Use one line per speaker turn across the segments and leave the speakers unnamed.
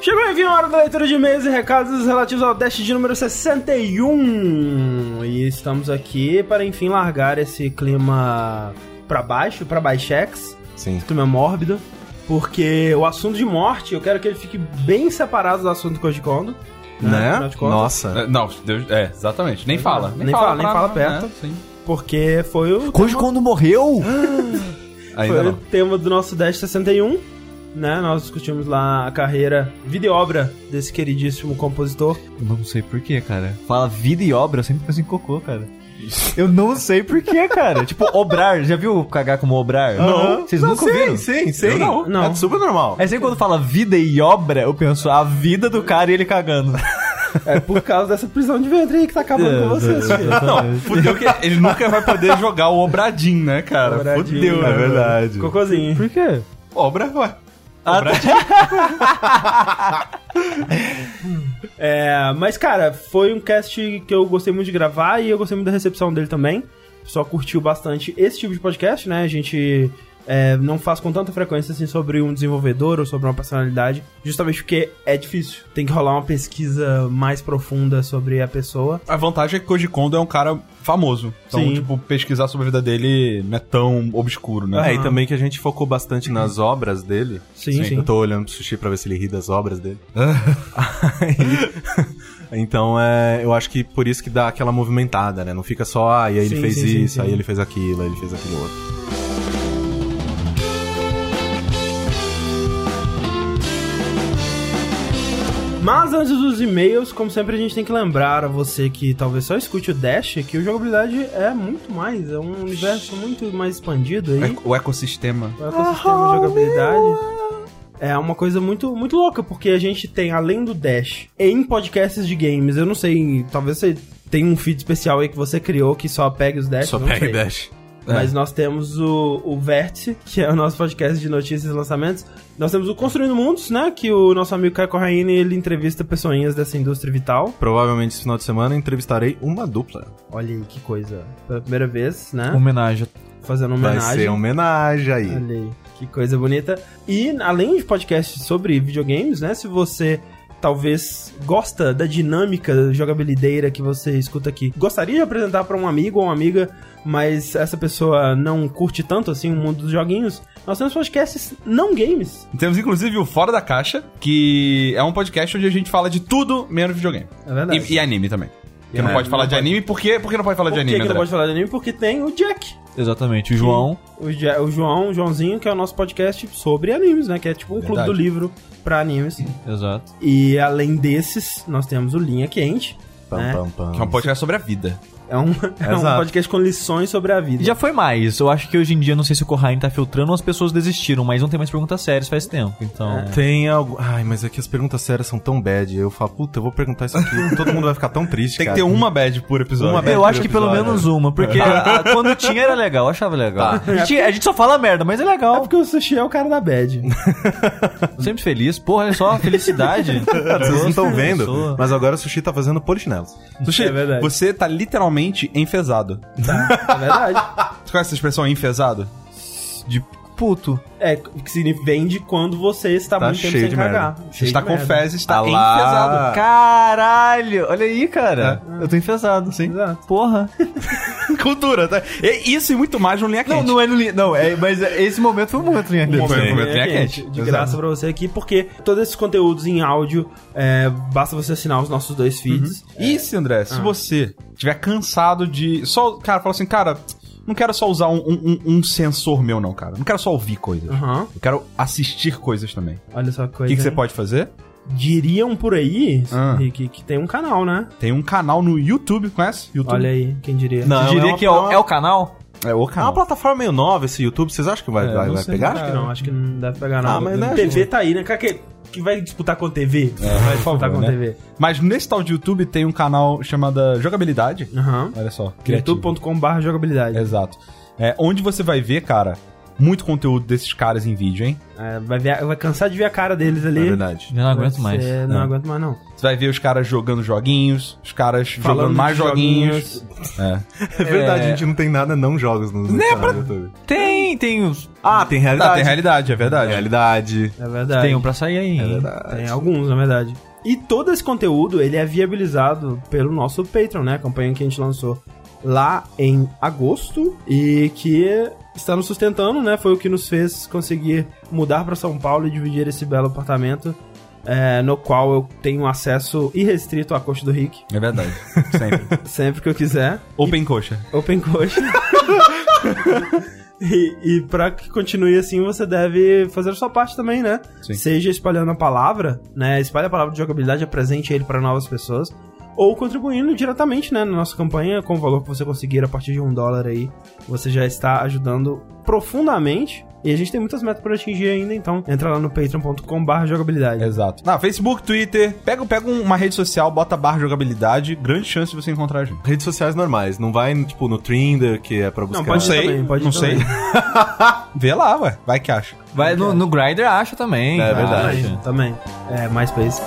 Chegou a hora da leitura de e-mails e recados relativos ao Dash de número 61. E estamos aqui para, enfim, largar esse clima pra baixo, pra baixex.
Sim.
Esse clima é mórbido. Porque o assunto de morte, eu quero que ele fique bem separado do assunto do Koji Kondo. Afinal
Né?
de contas.
Nossa.
É, Não, Deus- é, exatamente. Nem fala.
Nem fala, nem fala
pra-
perto.
né, sim.
Porque foi o,
Koji quando morreu? Ah.
Ainda
foi o
não.
tema do nosso 1061. Né? Nós discutimos lá a carreira, vida e obra desse queridíssimo compositor.
Não sei porquê, cara. Fala vida e obra, eu sempre penso em cocô, cara. Eu não sei porquê, cara. tipo, obrar. Já viu cagar como obrar?
Não.
Vocês
Não,
nunca
sim,
viram?
Sim,
sim.
Não.
Não.
É super normal. É sempre quando fala vida e obra, eu penso a vida do cara e ele cagando.
É por causa dessa prisão de ventre aí que tá acabando com vocês,
É,
filho.
Não, fudeu que ele nunca vai poder jogar o Obradinho, né, cara?
Obradinho,
fudeu,
é
né?
verdade.
Cocôzinho.
Por quê?
Obra, ué.
Ah,
Obradinho.
É, mas, cara, foi um cast que eu gostei muito de gravar e eu gostei muito da recepção dele também. O pessoal curtiu bastante esse tipo de podcast, né? A gente é, não faz com tanta frequência assim sobre um desenvolvedor ou sobre uma personalidade, justamente porque é difícil. Tem que rolar uma pesquisa mais profunda sobre a pessoa.
A vantagem é que Koji Kondo é um cara famoso. Então,
Sim.
tipo, pesquisar sobre a vida dele não é tão obscuro, né?
É, e também que a gente focou bastante nas obras dele.
Sim, sim.
Eu tô olhando pro sushi pra ver se ele ri das obras dele. Aí- então, é, eu acho que por isso que dá aquela movimentada, né? Não fica só, ah, e aí
Sim,
ele fez
sim, sim,
isso,
sim.
aí ele fez aquilo, aí ele fez aquilo outro.
Mas antes dos e-mails, como sempre, a gente tem que lembrar a você que talvez só escute o Dash que o jogabilidade é muito mais, é um universo muito mais expandido aí.
É, O ecossistema.
O ecossistema de jogabilidade é uma coisa muito, muito louca, porque a gente tem, além do Dash, em podcasts de games, eu não sei, talvez você tenha um feed especial aí que você criou que só pegue os Dash.
só
É, não
pega
sei.
e dash. é.
Mas nós temos o, o Vértice, que é o nosso podcast de notícias e lançamentos. Nós temos o Construindo Mundos, né? Que o nosso amigo Caio Corraine, ele entrevista pessoinhas dessa indústria vital.
Provavelmente esse final de semana entrevistarei uma dupla.
Olha aí que coisa. Pela primeira vez, né?
Homenagem.
Fazendo
Vai
homenagem. É.
ser homenagem aí.
Olha aí, que coisa bonita. E além de podcasts sobre videogames, né? Se você talvez gosta da dinâmica jogabilideira que você escuta aqui, gostaria de apresentar para um amigo ou uma amiga, mas essa pessoa não curte tanto assim o mundo dos joguinhos, nós temos podcasts não games.
Temos inclusive o Fora da Caixa, que é um podcast onde a gente fala de tudo menos videogame.
É verdade.
E, e anime também. Porque
É,
não pode falar
não
de
pode.
anime, por quê? Por que não pode falar
Por
de
que,
anime,
que não
André?
pode falar de anime? Porque tem o Jack.
Exatamente. O João.
O, Ja- o João, o Joãozinho, que é o nosso podcast sobre animes, né? Que é tipo um clube
Verdade.
do livro pra animes.
Exato.
E além desses, nós temos o Linha Quente.
Pam,
né?
pam, pam.
Que é um podcast sobre a vida.
É um, é um
Exato.
podcast com lições sobre a vida.
E Já foi mais. Eu acho que hoje em dia, não sei se o Corraine tá filtrando ou as pessoas desistiram, mas não tem mais perguntas sérias faz tempo. Então.
Tem algo. Ai, mas é que as perguntas sérias são tão bad. Eu falo, puta, eu vou perguntar isso aqui. Todo mundo vai ficar tão triste.
Tem que
cara.
ter uma bad por episódio.
Uma bad.
Eu acho que
episódio,
pelo menos
né? Tá.
uma, porque a- a- quando tinha era legal, eu achava legal. A, gente, a gente só fala merda, mas é
É
legal.
porque o sushi é o cara da bad.
Sempre feliz, porra, olha só, felicidade.
Vocês não estão vendo,
Pessoa.
mas agora o sushi tá fazendo polichinelos.
Sushi,
É verdade.
você tá literalmente enfesado.
É verdade.
Você conhece essa expressão enfesado?
De puto.
É, que significa vende quando você está
Tá
muito tempo
cheio
sem
de
cagar.
Você está tá com
fé.
fezes, está
Ah lá.
enfesado.
Caralho, olha aí, cara. Eu tô enfesado, É. sim.
Exato.
Porra.
Cultura, tá? E isso e muito mais no Linha Quente.
Não, não é no linha. Não, é, mas esse momento foi muito linha
Bom,
quente.
foi- foi-
É,
foi-
quente,
quente.
de graça pra você aqui, porque todos esses conteúdos em áudio, é, basta você assinar os nossos dois feeds.
E se, André, se você tiver cansado de. Só, cara, fala assim, cara, não quero só usar um, um- um- um sensor meu, não, cara. Não quero só ouvir coisas.
Aham,
Eu quero assistir coisas também.
olha só que
O
coisa.
Uhum. que, que você
hein?
pode fazer?
Diriam por aí,
Ah.
Rick, que tem um canal, né?
Tem um canal no YouTube, conhece? YouTube.
Olha aí, quem diria.
Não,
Eu
é
diria
uma-
que é o, é o canal?
É o
É uma
canal.
plataforma meio nova esse YouTube, vocês acham que vai, vai,
não
vai
sei,
pegar?
Acho que não, É acho que não deve pegar
Ah,
nada.
mas não é
TV tá aí, né? Cara, que, que vai disputar com TV? vai
por
disputar
favor,
com
né?
TV.
Mas nesse tal de YouTube tem um canal chamado Jogabilidade.
Aham.
Olha só. criativo.
youtube.com.br jogabilidade.
Exato. É, onde você É, vai ver, cara, muito conteúdo desses caras em vídeo, hein?
É, vai, ver- vai cansar de ver a cara deles
Na
É
ali.
É verdade. É.
Eu não aguento mais.
Você não aguento mais, não.
Você vai ver os caras jogando joguinhos, os caras jogando
de
mais joguinhos.
É verdade, a gente não tem nada não jogos no, no canal do YouTube.
Tem, tem uns.
Ah, tem realidade.
Ah, tem realidade, é verdade.
realidade.
É verdade.
Tem um pra sair aí. hein?
Tem alguns, na verdade. E todo esse conteúdo, ele é viabilizado pelo nosso Patreon, né? A campanha que a gente lançou lá em agosto e que está nos sustentando, né? Foi o que nos fez conseguir mudar para São Paulo e dividir esse belo apartamento, é, no qual eu tenho acesso irrestrito à coxa do Rick,
É verdade. Sempre.
sempre que eu quiser.
Open coxa.
Open Coach. e, e pra que continue assim, você deve fazer a sua parte também, né?
Sim.
Seja espalhando a palavra, né? Espalhe a palavra de jogabilidade, apresente ele pra novas pessoas. Ou contribuindo diretamente, né, na nossa campanha, com o valor que você conseguir a partir de um dólar aí. Você já está ajudando profundamente. E a gente tem muitas metas pra atingir ainda, então entra lá no patreon.com.br jogabilidade.
Exato. Na Facebook, Twitter, pega, pega um- uma rede social, bota barra jogabilidade, grande chance de você encontrar a gente.
Redes sociais normais. Não vai, tipo, no Trinder, que é pra buscar...
Não, pode ser também, pode
não
ser
sei.
também.
Vê lá, ué. Vai que acha.
Vai no, no Grindr acha também.
É verdade.
acha.
Ah, Também. É, mais países.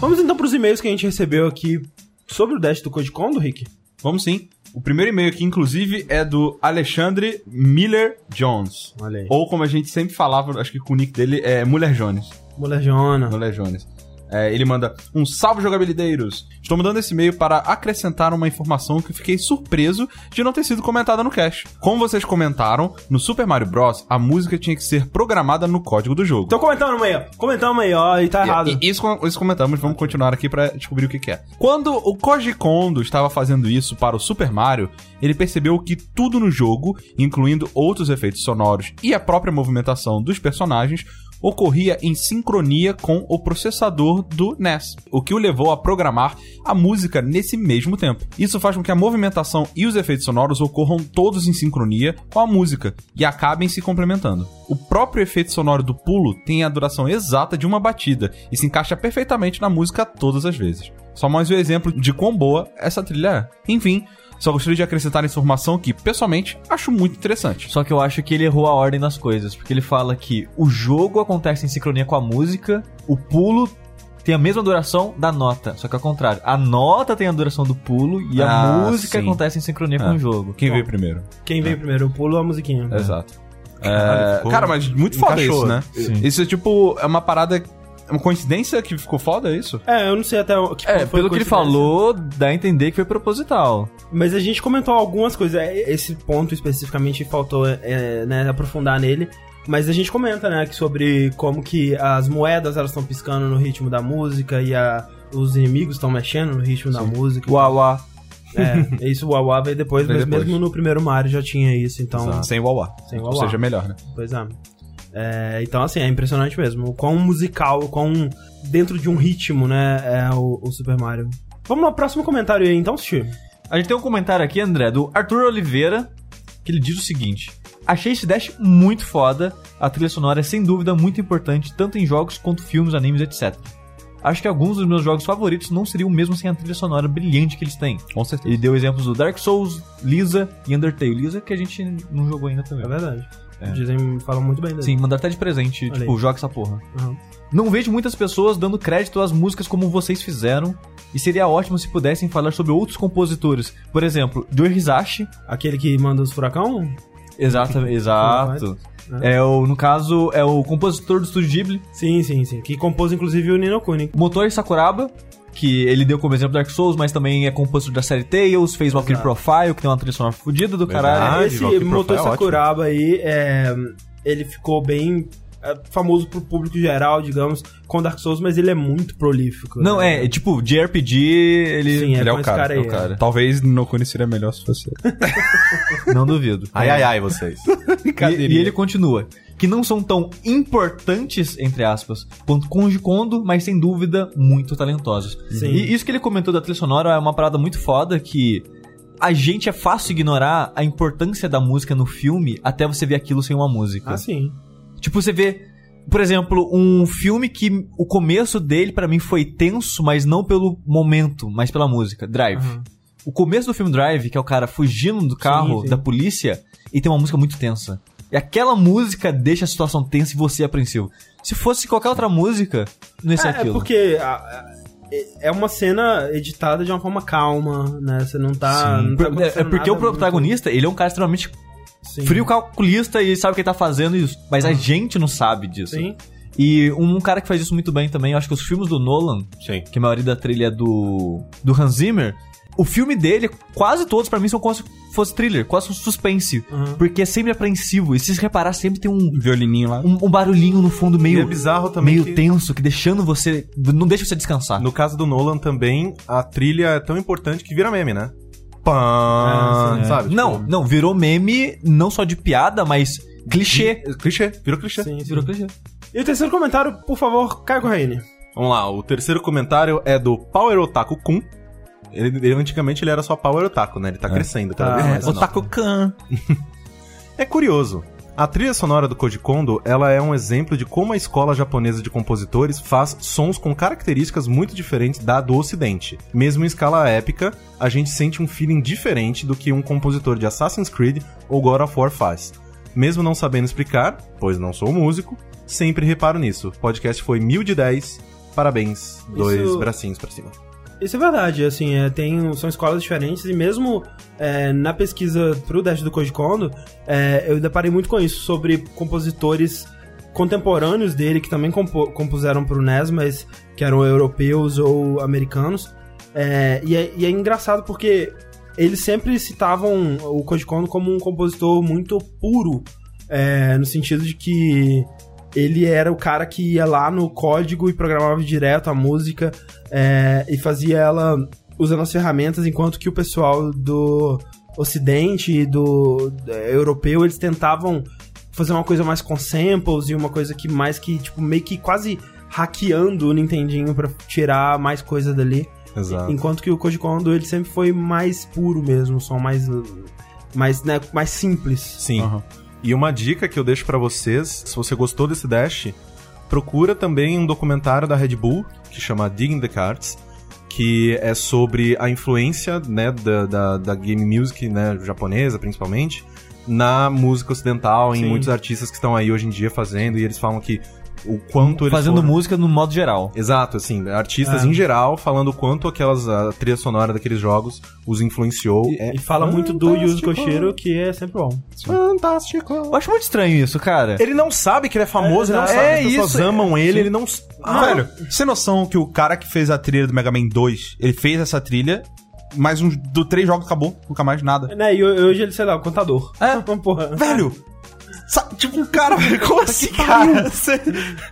Vamos então pros e-mails que a gente recebeu aqui sobre o Dash do Codecon, do Rick.
Vamos sim. O primeiro e-mail aqui, inclusive, é do Alexandre Miller Jones.
Olha aí.
Ou como a gente sempre falava, acho que com o nick dele, é Mulher Jones.
Molejona.
Mulher Jones. É, ele manda um salve jogabilideiros. Estou mandando esse e-mail para acrescentar uma informação que fiquei surpreso de não ter sido comentada no cast. Como vocês comentaram, no Super Mario Bros, a música tinha que ser programada no código do jogo.
Tô comentando amanhã, comentando amanhã, ó, e tá errado.
E- e- Isso, com- isso comentamos, vamos continuar aqui pra descobrir o que, que é. Quando o Koji Kondo estava fazendo isso para o Super Mario, ele percebeu que tudo no jogo, incluindo outros efeitos sonoros e a própria movimentação dos personagens, ocorria em sincronia com o processador do NES, o que o levou a programar a música nesse mesmo tempo. Isso faz com que a movimentação e os efeitos sonoros ocorram todos em sincronia com a música e acabem se complementando. O próprio efeito sonoro do pulo tem a duração exata de uma batida e se encaixa perfeitamente na música todas as vezes. Só mais um exemplo de quão boa essa trilha é. Enfim, só gostaria de acrescentar informação que, pessoalmente, acho muito interessante.
Só que eu acho que ele errou a ordem das coisas, porque ele fala que o jogo acontece em sincronia com a música, o pulo tem a mesma duração da nota, só que ao contrário, a nota tem a duração do pulo e a
Ah,
música
sim.
acontece em sincronia
É.
com o jogo.
Quem veio primeiro?
Quem vem primeiro, o pulo ou a musiquinha?
Exato.
Ah, Caralho, ficou-
É, cara, mas muito foda
encaixou.
isso, né? Isso é tipo, é uma parada. é Uma coincidência que ficou foda, é isso?
É, eu não sei até o que
É,
qual foi
pelo
a
que ele
coincidência.
falou, dá a entender que foi proposital.
Mas a gente comentou algumas coisas. é, Esse ponto especificamente faltou é, né, aprofundar nele. Mas a gente comenta, né, que sobre como que as moedas elas estão piscando no ritmo da música e a- os inimigos estão mexendo no ritmo da música.
Uauá.
É, isso o Wawa veio depois,
Veio
mas
depois.
mesmo no primeiro Mario já tinha isso, então.
Sem Wawa.
Sem
Ou
Wawa.
seja, melhor, né?
Pois é. É, Então, assim, é impressionante mesmo. O quão musical, o quão dentro de um ritmo, né, é o, o Super Mario. Vamos lá, próximo comentário aí, então, Steve.
A gente tem um comentário aqui, André, do Arthur Oliveira, que ele diz o seguinte: Achei esse Dash muito foda, a trilha sonora é sem dúvida muito importante, tanto em jogos quanto filmes, animes, etc. Acho que alguns dos meus jogos favoritos não seriam mesmo sem a trilha sonora brilhante que eles têm.
Com certeza.
Ele deu exemplos do Dark Souls, Lisa e Undertale. Lisa que a gente não jogou ainda
É
também.
verdade.
É.
Dizem, falam muito bem dele.
Sim, mandar até de presente,
Olha
tipo,
aí.
joga essa porra.
Aham.
Não vejo muitas pessoas dando crédito às músicas como vocês fizeram, e seria ótimo se pudessem falar sobre outros compositores. Por exemplo, Joe Hisashi.
Aquele que manda os furacão?
Exato, exato.
né?
É o, no caso, é o compositor do Estúdio Ghibli,
Sim, sim, sim. Que compôs, inclusive, o Nino Kuni.
Motor Sakuraba, que ele deu como exemplo Dark Souls, mas também é compositor da série Tales, fez Valkyrie Profile, que tem uma trilha sonora fodida do caralho.
Verdade,
Ah, Esse
Valkyrie
motor
Profile é ótimo.
Sakuraba aí, é, ele ficou bem é, famoso pro público geral, digamos, com Dark Souls, mas ele é muito prolífico.
Não,
né?
é, é tipo, JRPG, ele...
Sim, é
Ele é
com
o
esse
cara,
cara
é
aí.
o cara. Talvez no Kuni seria melhor se fosse.
Não duvido.
Ai, ai, ai, vocês.
E, e ele continua. Que não são tão importantes, entre aspas, quanto Conde Kondo, mas sem dúvida muito talentosos.
Sim.
E isso que ele comentou da trilha sonora é uma parada muito foda que a gente é fácil ignorar a importância da música no filme até você ver aquilo sem uma música.
Ah, sim.
Tipo, você vê, por exemplo, um filme que o começo dele pra mim foi tenso, mas não pelo momento, mas pela música. Drive.
Aham.
O começo do filme Drive, que é o cara fugindo do carro
sim.
da polícia, e tem uma música muito tensa. E aquela música deixa a situação tensa e você é apreensivo. Se fosse qualquer outra música, não ia ser
É, é
aquilo.
porque a- a- é uma cena editada de uma forma calma, né? Você não tá. não tá
Por- é- é
acontecendo
porque
nada
o protagonista, ele é um cara extremamente
muito- sim.
frio calculista e sabe o que ele tá fazendo, isso. mas a gente não sabe disso.
Sim.
E um cara que faz isso muito bem também, eu acho que os filmes do Nolan,
Sim.
que a maioria da trilha é do, do Hans Zimmer, o filme dele, quase todos pra mim são como se fosse thriller, quase um suspense.
Aham.
Porque é sempre apreensivo. E se você reparar, sempre tem um,
Violininho lá.
um, um barulhinho no fundo
E
meio,
é bizarro também
meio
que,
tenso, que deixando você. Não deixa você descansar.
no caso do Nolan também, a trilha é tão importante que vira meme, né? Pã,
É, sim,
sabe?
não,
Tipo,
não, virou meme, não só de piada, mas clichê. É,
clichê, virou clichê.
Sim, sim.
Virou clichê.
E o terceiro comentário, por favor, Caio Correine.
Vamos lá, o terceiro comentário é do Power Otaku Kun. Ele, ele- antigamente ele era só Power Otaku, né? Ele tá crescendo cada
Tá.
vez
É,
mais.
Otaku-kan.
É curioso. A trilha sonora do Koji Kondo, ela é um exemplo de como a escola japonesa de compositores faz sons com características muito diferentes da do ocidente. Mesmo em escala épica, a gente sente um feeling diferente do que um compositor de Assassin's Creed ou God of War faz. Mesmo não sabendo explicar, pois não sou músico, sempre reparo nisso. O podcast foi 1000 de 10. Parabéns. Dois bracinhos pra cima.
Isso é verdade, assim, é, tem, são escolas diferentes e mesmo é, na pesquisa pro Dash do Koji Kondo, é, eu deparei muito com isso, sobre compositores contemporâneos dele, que também compo compuseram pro NES, mas que eram europeus ou americanos. É, e, é, e é engraçado porque eles sempre citavam o Koji Kondo como um compositor muito puro, é, no sentido de que ele era o cara que ia lá no código e programava direto a música é, e fazia ela usando as ferramentas, enquanto que o pessoal do Ocidente e do é, europeu eles tentavam fazer uma coisa mais com samples e uma coisa que mais que, tipo, meio que quase hackeando o Nintendinho pra tirar mais coisa dali.
Exato.
Enquanto que o Koji Kondo ele sempre foi mais puro mesmo, som mais. Mais, né, mais simples.
Sim. E uma dica que eu deixo pra vocês, se você gostou desse dash, procura também um documentário da Red Bull que chama Digging the Cards, que é sobre a influência né, da, da, da game music né, japonesa, principalmente, na música ocidental, em
Sim.
muitos artistas que estão aí hoje em dia fazendo, e eles falam que o quanto eles
Fazendo
foram-
música no modo geral.
Exato, assim,
É.
artistas em geral falando o quanto aquelas a trilha sonora daqueles jogos os influenciou.
É.
É
E, e fala muito do Yuzo
fantástico.
Koshiro, que é sempre bom.
fantástico.
Ah.
Eu acho muito estranho isso, cara.
Ele não sabe que ele é famoso, ele não
É,
sabe. As
isso,
pessoas amam ele, ele não.
Ah, Velho, você tem noção que o cara que fez a trilha do Mega Man 2, ele fez essa trilha, mas um, do três jogos acabou, nunca mais nada.
Né, e hoje ele, sei lá, o contador.
É.
Porra.
Velho! sa- Tipo, um cara, velho, como assim, cara? Você-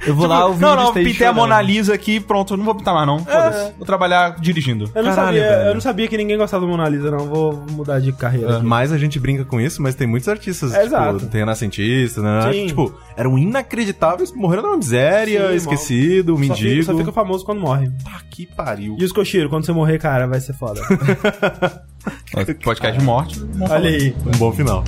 Eu vou lá
Tipo,
ouvir
Não,
o
não,
Stage
pintei a
chorando.
Mona Lisa aqui, pronto, não vou pintar mais não. Foda-se. Vou trabalhar dirigindo.
É. Eu não,
Caralho,
sabia,
velho. Ah,
eu não sabia que ninguém gostava do Mona Lisa, não. Vou mudar de carreira.
Mas a gente brinca com isso, mas tem muitos artistas,
Exato.
tipo, tem renascentistas, né?
Sim.
Que, tipo, eram inacreditáveis, morreram numa miséria,
Sim,
esquecido,
Só fica-
mendigo.
Só, fica famoso quando morre.
Ah, que pariu.
E os cocheiros, quando você morrer, cara, vai ser foda.
Podcast de morte.
Olha aí.
Um bom final.